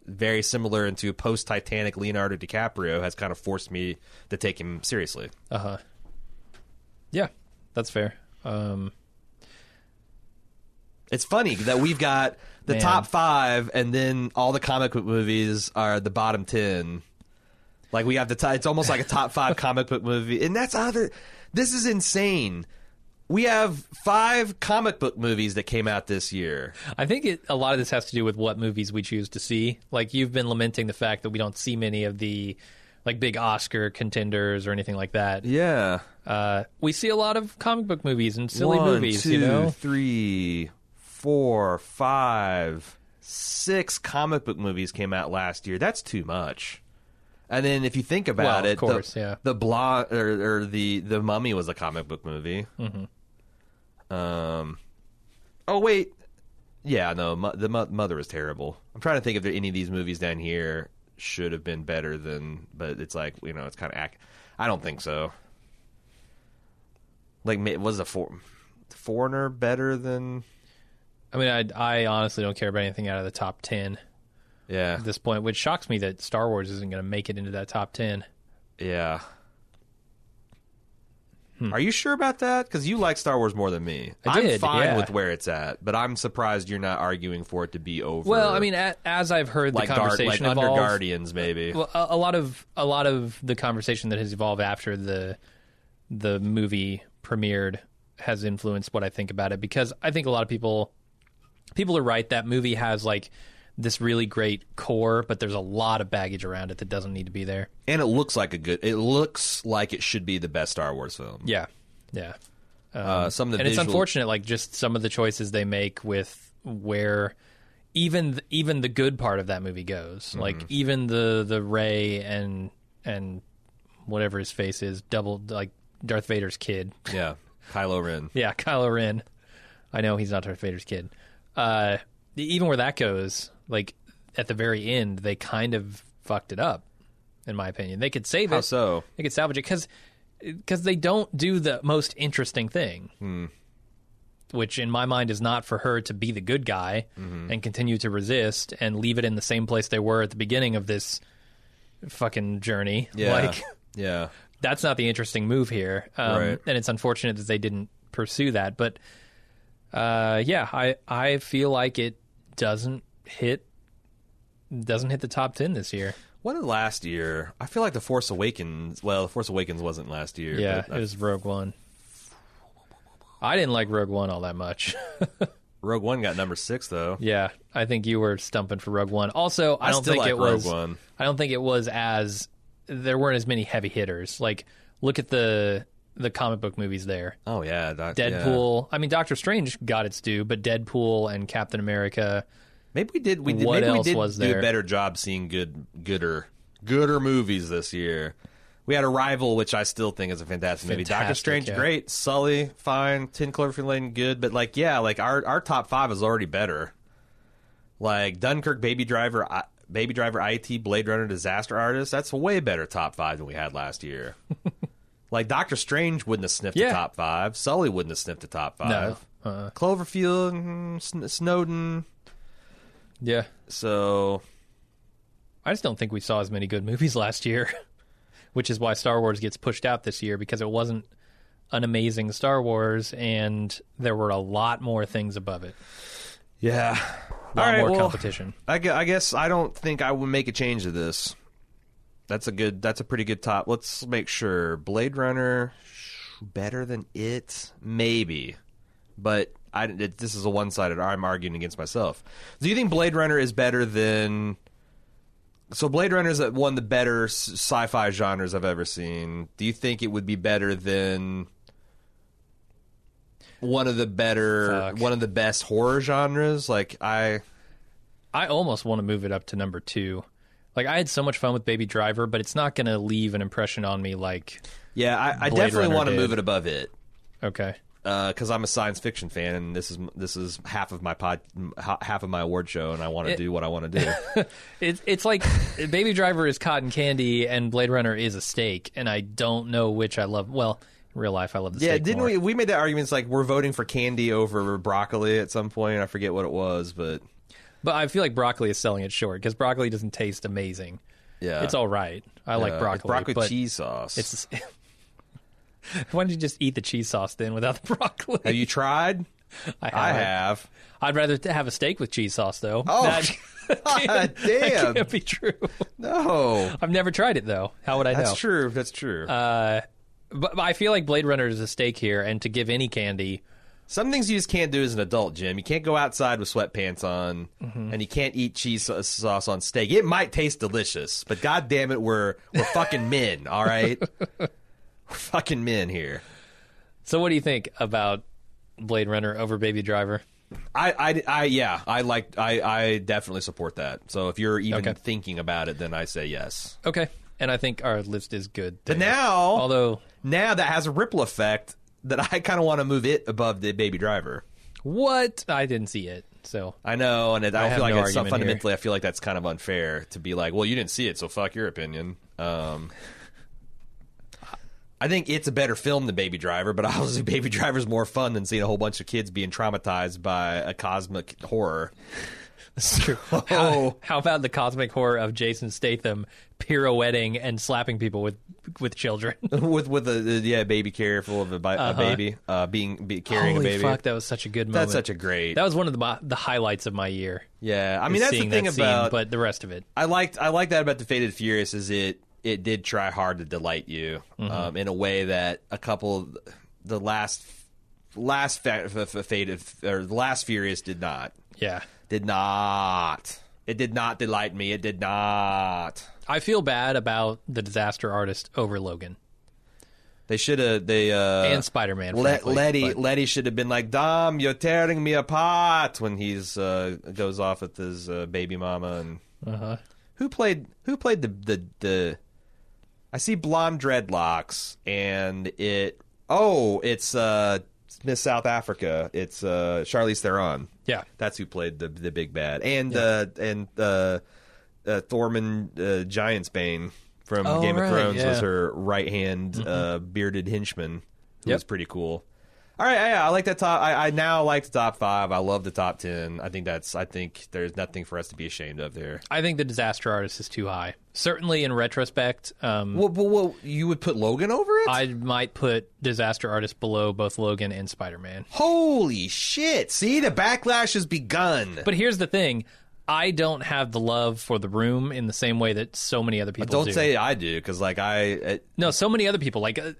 Speaker 2: very similar into post Titanic Leonardo DiCaprio has kind of forced me to take him seriously.
Speaker 1: Uh huh. Yeah, that's fair. Um,
Speaker 2: It's funny that we've got the
Speaker 1: Man.
Speaker 2: top five, and then all the comic book movies are the bottom ten. Like we have the, t- it's almost like a top five comic book movie, and that's other. This is insane. We have five comic book movies that came out this year.
Speaker 1: I think it, a lot of this has to do with what movies we choose to see. Like you've been lamenting the fact that we don't see many of the like big Oscar contenders or anything like that.
Speaker 2: Yeah,
Speaker 1: Uh, we see a lot of comic book movies and silly movies, you know.
Speaker 2: three, four, five, six comic book movies came out last year. That's too much. And then if you think about
Speaker 1: Well, of
Speaker 2: it, the-
Speaker 1: course, yeah.
Speaker 2: the blonde or, or the the mummy was a comic book movie.
Speaker 1: Mm-hmm.
Speaker 2: Um, oh wait, yeah, no, Mo- the Mo- mother was terrible. I'm trying to think if there, any of these movies down here should have been better than, but it's like you know, it's kind of. Ac- I don't think so. Like, ma- was the for- foreigner better than?
Speaker 1: I mean, I, I honestly don't care about anything out of the top ten
Speaker 2: Yeah,
Speaker 1: at this point, which shocks me that Star Wars isn't going to make it into that top ten.
Speaker 2: yeah. Are you sure about that? Because you like Star Wars more than me.
Speaker 1: Hmm. I
Speaker 2: am
Speaker 1: did,
Speaker 2: fine
Speaker 1: yeah.
Speaker 2: with where it's at, but I'm surprised you're not arguing for it to be over.
Speaker 1: Well, I mean, a, as I've heard
Speaker 2: like
Speaker 1: the
Speaker 2: guard,
Speaker 1: conversation
Speaker 2: like under
Speaker 1: evolve,
Speaker 2: Guardians, maybe.
Speaker 1: well, a, a lot of a lot of the conversation that has evolved after the the movie premiered has influenced what I think about it because I think a lot of people people are right that movie has like this really great core, but there's a lot of baggage around it that doesn't need to be there.
Speaker 2: and it looks like a good. It looks like it should be the best Star Wars film.
Speaker 1: Yeah, yeah.
Speaker 2: Uh, some of the
Speaker 1: Um, and it's
Speaker 2: visual-
Speaker 1: unfortunate like just some of the choices they make with where even th- even the good part of that movie goes
Speaker 2: Mm-hmm.
Speaker 1: like even the the ray and and whatever his face is double like darth vader's kid
Speaker 2: Yeah, Kylo Ren.
Speaker 1: yeah kylo ren i know he's not darth vader's kid uh even where that goes like at the very end they kind of fucked it up in my opinion they could save
Speaker 2: How
Speaker 1: it
Speaker 2: Oh, so?
Speaker 1: they could salvage it because they don't do the most interesting thing,
Speaker 2: Hmm.
Speaker 1: which in my mind is not for her to be the good guy
Speaker 2: Mm-hmm.
Speaker 1: and continue to resist and leave it in the same place they were at the beginning of this fucking journey.
Speaker 2: Yeah,
Speaker 1: Like
Speaker 2: yeah,
Speaker 1: that's not the interesting move here, um,
Speaker 2: Right.
Speaker 1: and it's unfortunate that they didn't pursue that. But uh, yeah, I I feel like it doesn't hit doesn't hit the top ten this year.
Speaker 2: What did last year? I feel like the Force Awakens. Well, the Force Awakens wasn't last year.
Speaker 1: Yeah,
Speaker 2: but, uh,
Speaker 1: it was Rogue One. I didn't like Rogue One all that much.
Speaker 2: Rogue One got number six though.
Speaker 1: yeah, I think you were stumping for Rogue One. Also, I,
Speaker 2: I
Speaker 1: don't
Speaker 2: still
Speaker 1: think
Speaker 2: like
Speaker 1: it
Speaker 2: Rogue
Speaker 1: was.
Speaker 2: One.
Speaker 1: I don't think it was as there weren't as many heavy hitters. Like, look at the the comic book movies there.
Speaker 2: Oh yeah, that, yeah.
Speaker 1: Deadpool. I mean, Doctor Strange got its due, but Deadpool and Captain America.
Speaker 2: Maybe we did. We did.
Speaker 1: What
Speaker 2: maybe
Speaker 1: else
Speaker 2: we did
Speaker 1: was
Speaker 2: do
Speaker 1: there?
Speaker 2: a better job seeing good, gooder, gooder movies this year. We had Arrival, which I still think is a fantastic, movie. Doctor
Speaker 1: Fantastic,
Speaker 2: Strange,
Speaker 1: yeah.
Speaker 2: great. Sully, fine. Ten Cloverfield Lane, good. But like, yeah, like our our top five is already better. Like Dunkirk, Baby Driver, I, Baby Driver, IT, Blade Runner, Disaster Artist. That's a way better top five than we had last year. like Doctor Strange wouldn't have sniffed
Speaker 1: Yeah. Uh-uh.
Speaker 2: the top five. Sully wouldn't have sniffed the top five. Cloverfield, mm, Sn- Snowden.
Speaker 1: Yeah,
Speaker 2: So
Speaker 1: I just don't think we saw as many good movies last year, which is why Star Wars gets pushed out this year because it wasn't an amazing Star Wars and there were a lot more things above it.
Speaker 2: Yeah.
Speaker 1: A lot
Speaker 2: All right,
Speaker 1: more
Speaker 2: well,
Speaker 1: competition.
Speaker 2: I, gu- I guess I don't think I would make a change to this. That's a good. That's a pretty good top. Let's make sure Blade Runner sh- better than it, maybe. But I it, this is a one sided. I'm arguing against myself. Do you think Blade Runner is better than? So Blade Runner is one of the better s- sci-fi genres I've ever seen. Do you think it would be better than one of the better,
Speaker 1: Fuck.
Speaker 2: one of the best horror genres? Like I,
Speaker 1: I almost want to move it up to number two Like I had so much fun with Baby Driver, but it's not going to leave an impression on me like
Speaker 2: Yeah, I, I
Speaker 1: Blade
Speaker 2: definitely
Speaker 1: Runner
Speaker 2: want to
Speaker 1: did.
Speaker 2: move it above it
Speaker 1: okay.
Speaker 2: because I'm a science fiction fan, and this is this is half of my pod, m- ha- half of my award show, and I want to do what I want to do.
Speaker 1: It's it's like Baby Driver is cotton candy and Blade Runner is a steak, and I don't know which I love. Well, in real life I love the
Speaker 2: yeah,
Speaker 1: steak
Speaker 2: didn't
Speaker 1: more.
Speaker 2: we? We made that argument. It's like we're voting for candy over broccoli at some point. I forget what it was, but
Speaker 1: But I feel like broccoli is selling it short because broccoli doesn't taste amazing.
Speaker 2: yeah,
Speaker 1: it's all right. I like
Speaker 2: Yeah, Uh, it's
Speaker 1: broccoli.
Speaker 2: broccoli
Speaker 1: but
Speaker 2: cheese sauce.
Speaker 1: It's why don't you just eat the cheese sauce then without the broccoli?
Speaker 2: have you tried?
Speaker 1: I,
Speaker 2: I
Speaker 1: haven't.
Speaker 2: have.
Speaker 1: I'd rather t- have a steak with cheese sauce though.
Speaker 2: Oh,
Speaker 1: that,
Speaker 2: God
Speaker 1: that
Speaker 2: damn!
Speaker 1: can't be true.
Speaker 2: No,
Speaker 1: I've never tried it though. How would I
Speaker 2: that's
Speaker 1: know?
Speaker 2: true. That's true.
Speaker 1: But, but I feel like Blade Runner is a steak here, and to give any candy,
Speaker 2: Some things you just can't do as an adult, Jim. You can't go outside with sweatpants on, and you can't eat cheese sa- sauce on steak. It might taste delicious, but god damn it, we're we're fucking men, all right? We're fucking men here.
Speaker 1: So what do you think about Blade Runner over Baby Driver?
Speaker 2: I, I, I yeah, I like I, I definitely support that. So if you're even
Speaker 1: Okay.
Speaker 2: thinking about it, then I say yes.
Speaker 1: Okay. And I think our list is good.
Speaker 2: But
Speaker 1: there.
Speaker 2: now,
Speaker 1: although
Speaker 2: now that has a ripple effect that I kind of want to move it above the Baby Driver.
Speaker 1: what I didn't see it. So
Speaker 2: I know, and it, I, don't
Speaker 1: have
Speaker 2: feel like
Speaker 1: no
Speaker 2: it's some,
Speaker 1: argument here.
Speaker 2: fundamentally. I feel like that's kind of unfair to be like, well, you didn't see it, so fuck your opinion. Um, I think it's a better film than Baby Driver, but obviously Baby Driver's more fun than seeing a whole bunch of kids being traumatized by a cosmic horror.
Speaker 1: that's true. How, how about the cosmic horror of Jason Statham pirouetting and slapping people with with children?
Speaker 2: with with a yeah baby carrier full of a, bi- a baby uh, being be, carrying
Speaker 1: Uh-huh. Holy
Speaker 2: a baby.
Speaker 1: fuck, that was such a good moment.
Speaker 2: That's such a great.
Speaker 1: that was one of the my, the highlights of my year.
Speaker 2: yeah, I mean that's the
Speaker 1: seeing
Speaker 2: thing
Speaker 1: that
Speaker 2: about
Speaker 1: scene, but the rest of it.
Speaker 2: I liked I like that about the Fated Furious is it it did try hard to delight you um, in a way that a couple of the last last fa- fa- fa- Fated or the last Furious did not
Speaker 1: Yeah.
Speaker 2: did not it did not delight me it did not
Speaker 1: I feel bad about the disaster artist over Logan
Speaker 2: they should have they uh,
Speaker 1: and Spider Man.
Speaker 2: Let, Letty Letty should have been like Dom you're tearing me apart when he's uh, goes off with his uh, baby mama and
Speaker 1: uh
Speaker 2: Who played who played the the the I see blonde dreadlocks and it oh, it's uh Miss South Africa. It's uh Charlize Theron.
Speaker 1: Yeah.
Speaker 2: That's who played the the big bad. And uh and uh, uh Thorman uh, Giantsbane from
Speaker 1: Oh,
Speaker 2: Game
Speaker 1: right,
Speaker 2: of Thrones was
Speaker 1: yeah.
Speaker 2: her right-hand uh bearded henchman who
Speaker 1: Yep.
Speaker 2: was pretty cool. All right, yeah, I like that top. I, I now like the top five. I love the top ten. I think that's. I think there's nothing for us to be ashamed of there.
Speaker 1: I think the disaster artist is too high. Certainly in retrospect, um,
Speaker 2: Well, but well, you would put Logan over it?
Speaker 1: I might put disaster artist below both Logan and Spider Man.
Speaker 2: Holy shit! See, the backlash has begun.
Speaker 1: But here's the thing: I don't have the love for the room in the same way that so many other people
Speaker 2: Don't
Speaker 1: do.
Speaker 2: say I do, because like I, uh, it,
Speaker 1: no. So many other people like uh,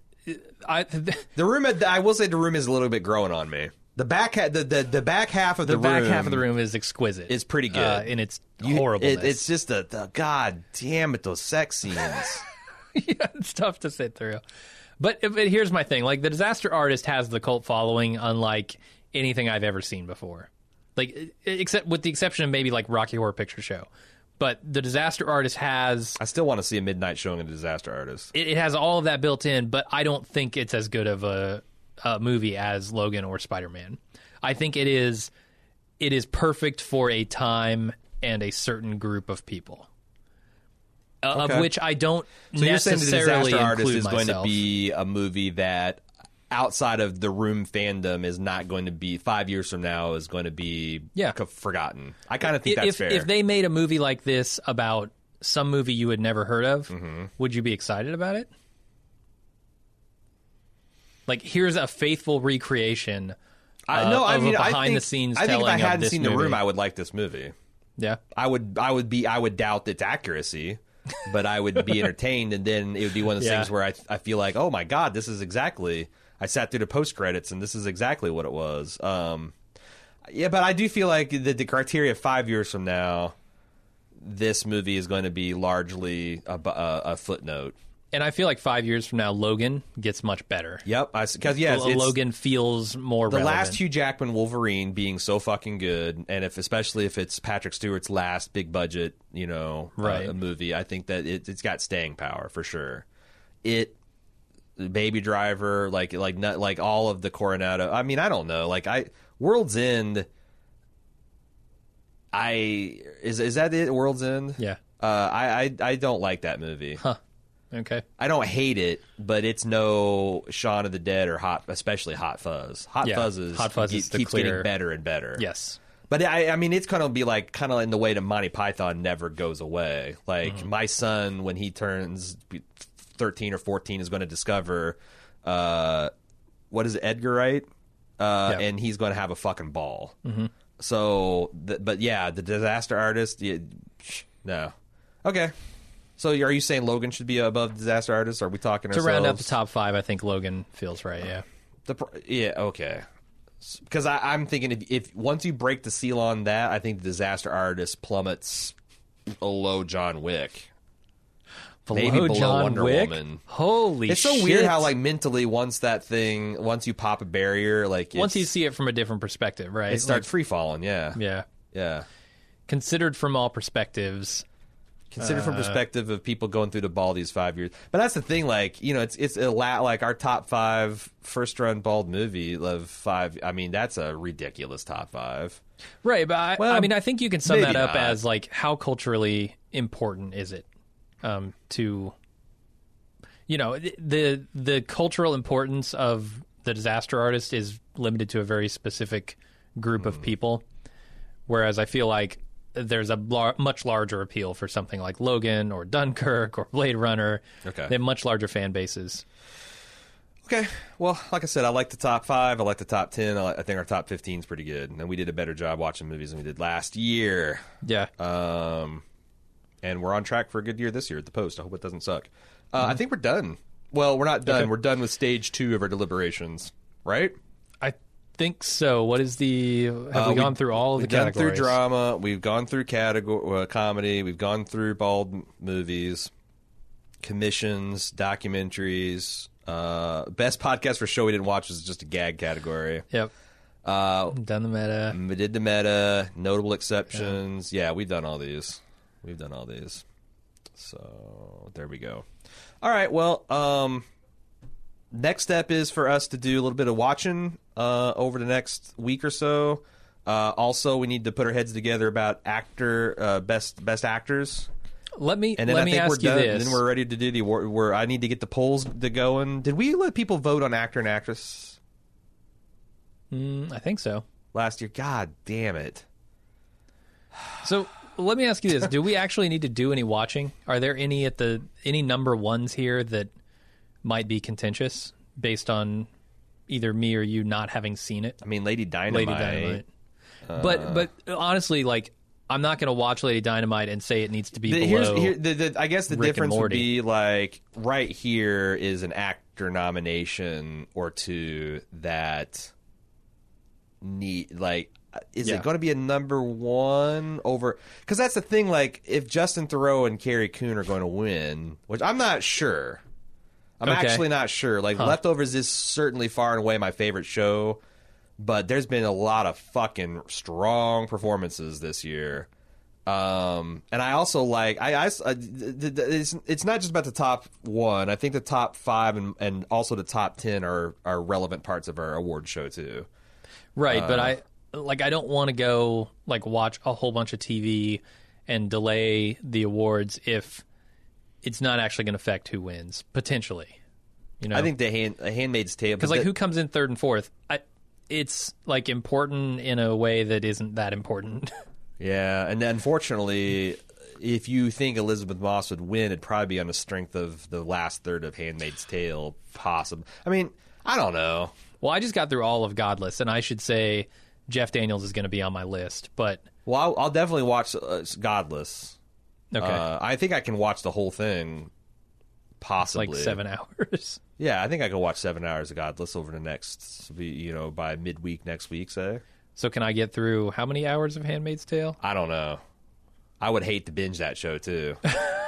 Speaker 1: I.
Speaker 2: the room. had- I will say the room is a little bit growing on me. The back, ha- the, the the back half of the,
Speaker 1: The back
Speaker 2: room
Speaker 1: half of the room is exquisite.
Speaker 2: is pretty good.
Speaker 1: uh, and it's
Speaker 2: You-
Speaker 1: horrible.
Speaker 2: it- it's just the, the god damn it those sex scenes.
Speaker 1: yeah, it's tough to sit through. But, but here's my thing: like the disaster artist has the cult following, unlike anything I've ever seen before. Like, e- except with the exception of maybe like Rocky Horror Picture Show, but the disaster artist has
Speaker 2: I still want to see a midnight showing of Disaster Artist.
Speaker 1: it, it has all of that built in. But I don't think it's as good of a, a movie as Logan or Spider Man. I think it is it is perfect for a time and a certain group of people. Uh,
Speaker 2: Okay.
Speaker 1: Of which I don't
Speaker 2: So you're saying the
Speaker 1: necessarily
Speaker 2: Disaster Artist
Speaker 1: include
Speaker 2: is going to
Speaker 1: myself.
Speaker 2: be a movie that outside of the room fandom is not going to be five years from now is going to be
Speaker 1: Yeah.
Speaker 2: c- forgotten. I kind of think that's
Speaker 1: if,
Speaker 2: fair.
Speaker 1: if they made a movie like this about some movie you had never heard of,
Speaker 2: Mm-hmm.
Speaker 1: would you be excited about it? Like, here's a faithful recreation.
Speaker 2: I,
Speaker 1: uh,
Speaker 2: no, I
Speaker 1: of a
Speaker 2: mean, I
Speaker 1: behind
Speaker 2: think,
Speaker 1: the scenes
Speaker 2: I think if
Speaker 1: telling
Speaker 2: I
Speaker 1: of
Speaker 2: hadn't
Speaker 1: this
Speaker 2: seen the
Speaker 1: movie.
Speaker 2: room, I would like this movie.
Speaker 1: Yeah,
Speaker 2: I would, I would be, I would doubt its accuracy, but I would be entertained, and then it would be one of those
Speaker 1: Yeah.
Speaker 2: things where I, I feel like, oh my god, this is exactly. I sat through the post credits, and this is exactly what it was. Um, yeah, but I do feel like the, the criteria five years from now, this movie is going to be largely a, bu- a, a footnote.
Speaker 1: and I feel like five years from now, Logan gets much better.
Speaker 2: Yep, because yeah, it's,
Speaker 1: Lo- Logan feels more
Speaker 2: the
Speaker 1: relevant.
Speaker 2: last Hugh Jackman Wolverine being so fucking good, and if especially if it's Patrick Stewart's last big budget, you know, uh,
Speaker 1: Right.
Speaker 2: movie, I think that it, it's got staying power for sure. It, Baby Driver, like like not, like all of the Coronado. I mean, I don't know, like I World's End. I is is that it? World's End.
Speaker 1: Yeah.
Speaker 2: Uh, I, I I don't like that movie.
Speaker 1: Okay.
Speaker 2: I don't hate it, but it's no Shaun of the Dead or Hot, especially Hot Fuzz. Hot
Speaker 1: Yeah,
Speaker 2: Fuzz is
Speaker 1: Hot Fuzz
Speaker 2: ge-
Speaker 1: is the
Speaker 2: keeps
Speaker 1: clear-
Speaker 2: getting better and better.
Speaker 1: Yes.
Speaker 2: but I, I mean, it's kind of be like kind of in the way that Monty Python never goes away. Like
Speaker 1: Mm-hmm.
Speaker 2: my son, when he turns thirteen or fourteen, is going to discover uh, what is it, Edgar Wright, uh,
Speaker 1: Yeah.
Speaker 2: and he's going to have a fucking ball. Mm-hmm. So, th- but yeah, the Disaster Artist, yeah, psh, no, okay. So, are you saying Logan should be above Disaster Artist? Are we talking
Speaker 1: To round up the
Speaker 2: ourselves?
Speaker 1: top five, I think Logan feels right. Yeah.
Speaker 2: The pr- yeah, okay. Because I'm thinking if, if once you break the seal on that, I think the disaster artist plummets below John Wick.
Speaker 1: Below
Speaker 2: below
Speaker 1: John
Speaker 2: Wonder
Speaker 1: Wick.
Speaker 2: Woman.
Speaker 1: Holy
Speaker 2: It's so
Speaker 1: shit.
Speaker 2: weird how like mentally once that thing once you pop a barrier like
Speaker 1: once you
Speaker 2: it's-
Speaker 1: see it from a different perspective, right?
Speaker 2: it starts free falling. Yeah,
Speaker 1: Like, yeah.
Speaker 2: yeah.
Speaker 1: Considedered from all perspectives.
Speaker 2: Consider from perspective of people going through the ball these five years. But that's the thing, like you know, it's it's a la- like our top five first run bald movie of five. I mean, that's a ridiculous top five.
Speaker 1: Right, but I, I
Speaker 2: Well,
Speaker 1: mean, I think you can sum
Speaker 2: maybe
Speaker 1: that up
Speaker 2: not.
Speaker 1: as like how culturally important is it um, to, you know, th- the the cultural importance of the disaster artist is limited to a very specific group
Speaker 2: Hmm.
Speaker 1: of people, whereas I feel like there's a lar- much larger appeal for something like Logan or Dunkirk or Blade Runner.
Speaker 2: Okay.
Speaker 1: they have much larger fan bases.
Speaker 2: Okay. Well, like I said, I like the top five. I like the top ten. I, like, I think our top fifteen is pretty good, and we did a better job watching movies than we did last year.
Speaker 1: Yeah,
Speaker 2: Um, and we're on track for a good year this year at the post. I hope it doesn't suck. Uh,
Speaker 1: Mm-hmm.
Speaker 2: I think we're done. Well, we're not done. We're done with stage two of our deliberations, right?
Speaker 1: I think so. What is the? Have we
Speaker 2: uh, we-
Speaker 1: gone through all of the
Speaker 2: We've gone through
Speaker 1: categories?
Speaker 2: drama. We've gone through category uh, comedy. We've gone through bald m- movies, commissions, documentaries. Uh, best podcast for show we didn't watch was just a gag category.
Speaker 1: Yep,
Speaker 2: Uh,
Speaker 1: done the meta.
Speaker 2: We did the meta, notable exceptions. Yeah. we've done all these. We've done all these. So there we go. All right. Well, um, next step is for us to do a little bit of watching uh, over the next week or so. Uh, also, we need to put our heads together about actor uh, best best actors,
Speaker 1: Let me
Speaker 2: and then
Speaker 1: let
Speaker 2: I
Speaker 1: me
Speaker 2: think
Speaker 1: ask
Speaker 2: we're
Speaker 1: you
Speaker 2: done.
Speaker 1: this.
Speaker 2: Then we're ready to do the award. Where I need to get the polls to going. Did we let people vote on actor and actress
Speaker 1: Mm, I think so.
Speaker 2: last year? God damn it!
Speaker 1: So let me ask you this: Do we actually need to do any watching? Are there any at the any number ones here that might be contentious based on either me or you not having seen it?
Speaker 2: I mean, Lady Dynamite. Uh.
Speaker 1: Lady Dynamite. but but honestly, like I'm not going to watch Lady Dynamite and say it needs to be
Speaker 2: The- here's,
Speaker 1: below.
Speaker 2: here, the, the, I guess the
Speaker 1: Rick and
Speaker 2: difference would
Speaker 1: Morty.
Speaker 2: be like right here is an actor nomination or two that need like is
Speaker 1: Yeah.
Speaker 2: it going to be a number one over because that's the thing like if Justin Thoreau and Carrie Coon are going to win which I'm not sure I'm
Speaker 1: Okay.
Speaker 2: actually not sure like leftovers is certainly far and away my favorite show but there's been a lot of fucking strong performances this year. Um, and I also like I, I s- uh, th- th- th- it's it's not just about the top one. I think the top five and, and also the top ten are are relevant parts of our award show too.
Speaker 1: Right,
Speaker 2: Uh,
Speaker 1: but I like I don't want to go like watch a whole bunch of TV and delay the awards if it's not actually going to affect who wins potentially. You know,
Speaker 2: I think the hand the Handmaid's Tale
Speaker 1: because like who comes in third and fourth, I, it's like important in a way that isn't that important.
Speaker 2: yeah, and unfortunately. If you think Elizabeth Moss would win, it'd probably be on the strength of the last third of Handmaid's Tale, possible. I mean, I don't know.
Speaker 1: well, I just got through all of Godless, and I should say Jeff Daniels is going to be on my list, but
Speaker 2: Well, I'll, I'll definitely watch uh, Godless.
Speaker 1: okay,
Speaker 2: Uh, I think I can watch the whole thing, possibly.
Speaker 1: like seven hours.
Speaker 2: Yeah, I think I can watch seven hours of Godless over the next, you know, by midweek next week. Say,
Speaker 1: So can I get through how many hours of Handmaid's Tale?
Speaker 2: I don't know. I would hate to binge that show too.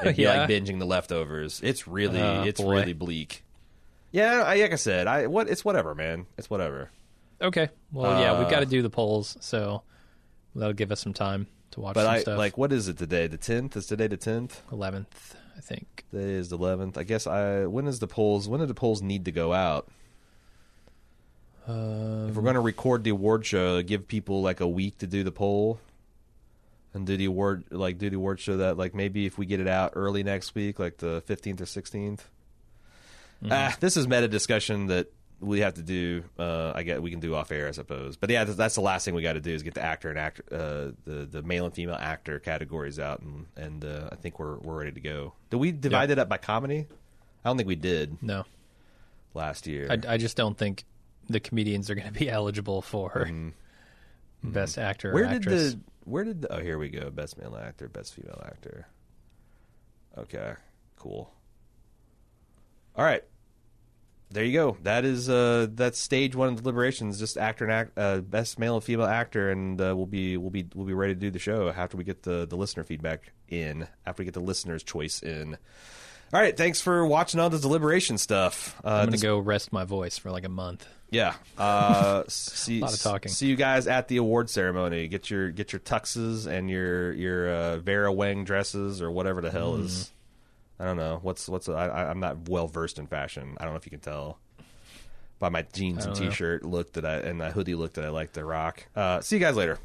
Speaker 2: It'd be
Speaker 1: Yeah.
Speaker 2: like binging the leftovers. It's really
Speaker 1: Oh,
Speaker 2: it's
Speaker 1: boy.
Speaker 2: really bleak. Yeah, I, like I said, I what it's whatever, man. It's whatever.
Speaker 1: Okay. Well, yeah,
Speaker 2: Uh,
Speaker 1: we've got to do the polls, so that'll give us some time to watch
Speaker 2: But
Speaker 1: some
Speaker 2: I
Speaker 1: stuff.
Speaker 2: like what is it today? The tenth is today the tenth.
Speaker 1: 11th, I think.
Speaker 2: Today is the eleventh. I guess I when is the polls? When do the polls need to go out?
Speaker 1: Um,
Speaker 2: If we're going to record the award show, give people like a week to do the poll and do the award like do the award show that like maybe if we get it out early next week, like the 15th or 16th. Ah, this is meta discussion that we have to do. Uh, I get we can do off air, I suppose. But yeah, that's, that's the last thing we got to do is get the actor and actor, uh, the the male and female actor categories out, and and uh, I think we're we're ready to go. Did we divide it up by comedy? I don't think we did
Speaker 1: no,
Speaker 2: last year.
Speaker 1: I, I just don't think the comedians are going to be eligible for best actor or
Speaker 2: Mm-hmm. Where
Speaker 1: actress.
Speaker 2: did the where did the, oh here we go best male actor best female actor. Okay, cool. All right, there you go. That is uh that's stage one of the deliberations. Just actor and act uh, best male and female actor, and uh, we'll be we'll be we'll be ready to do the show after we get the the listener feedback in after we get the listener's choice in. All right, thanks for watching all the deliberation stuff. Uh,
Speaker 1: I'm going
Speaker 2: this-
Speaker 1: to go rest my voice for like a month.
Speaker 2: yeah. Uh, see,
Speaker 1: Lot of talking.
Speaker 2: See you guys at the award ceremony. Get your get your tuxes and your your uh, Vera Wang dresses or whatever the hell is.
Speaker 1: Mm-hmm.
Speaker 2: I don't know what's what's. I, I- I'm not well versed in fashion. I don't know if you can tell by my jeans and
Speaker 1: don't know.
Speaker 2: t-shirt look that I and my hoodie look that I like to rock. Uh, see you guys later.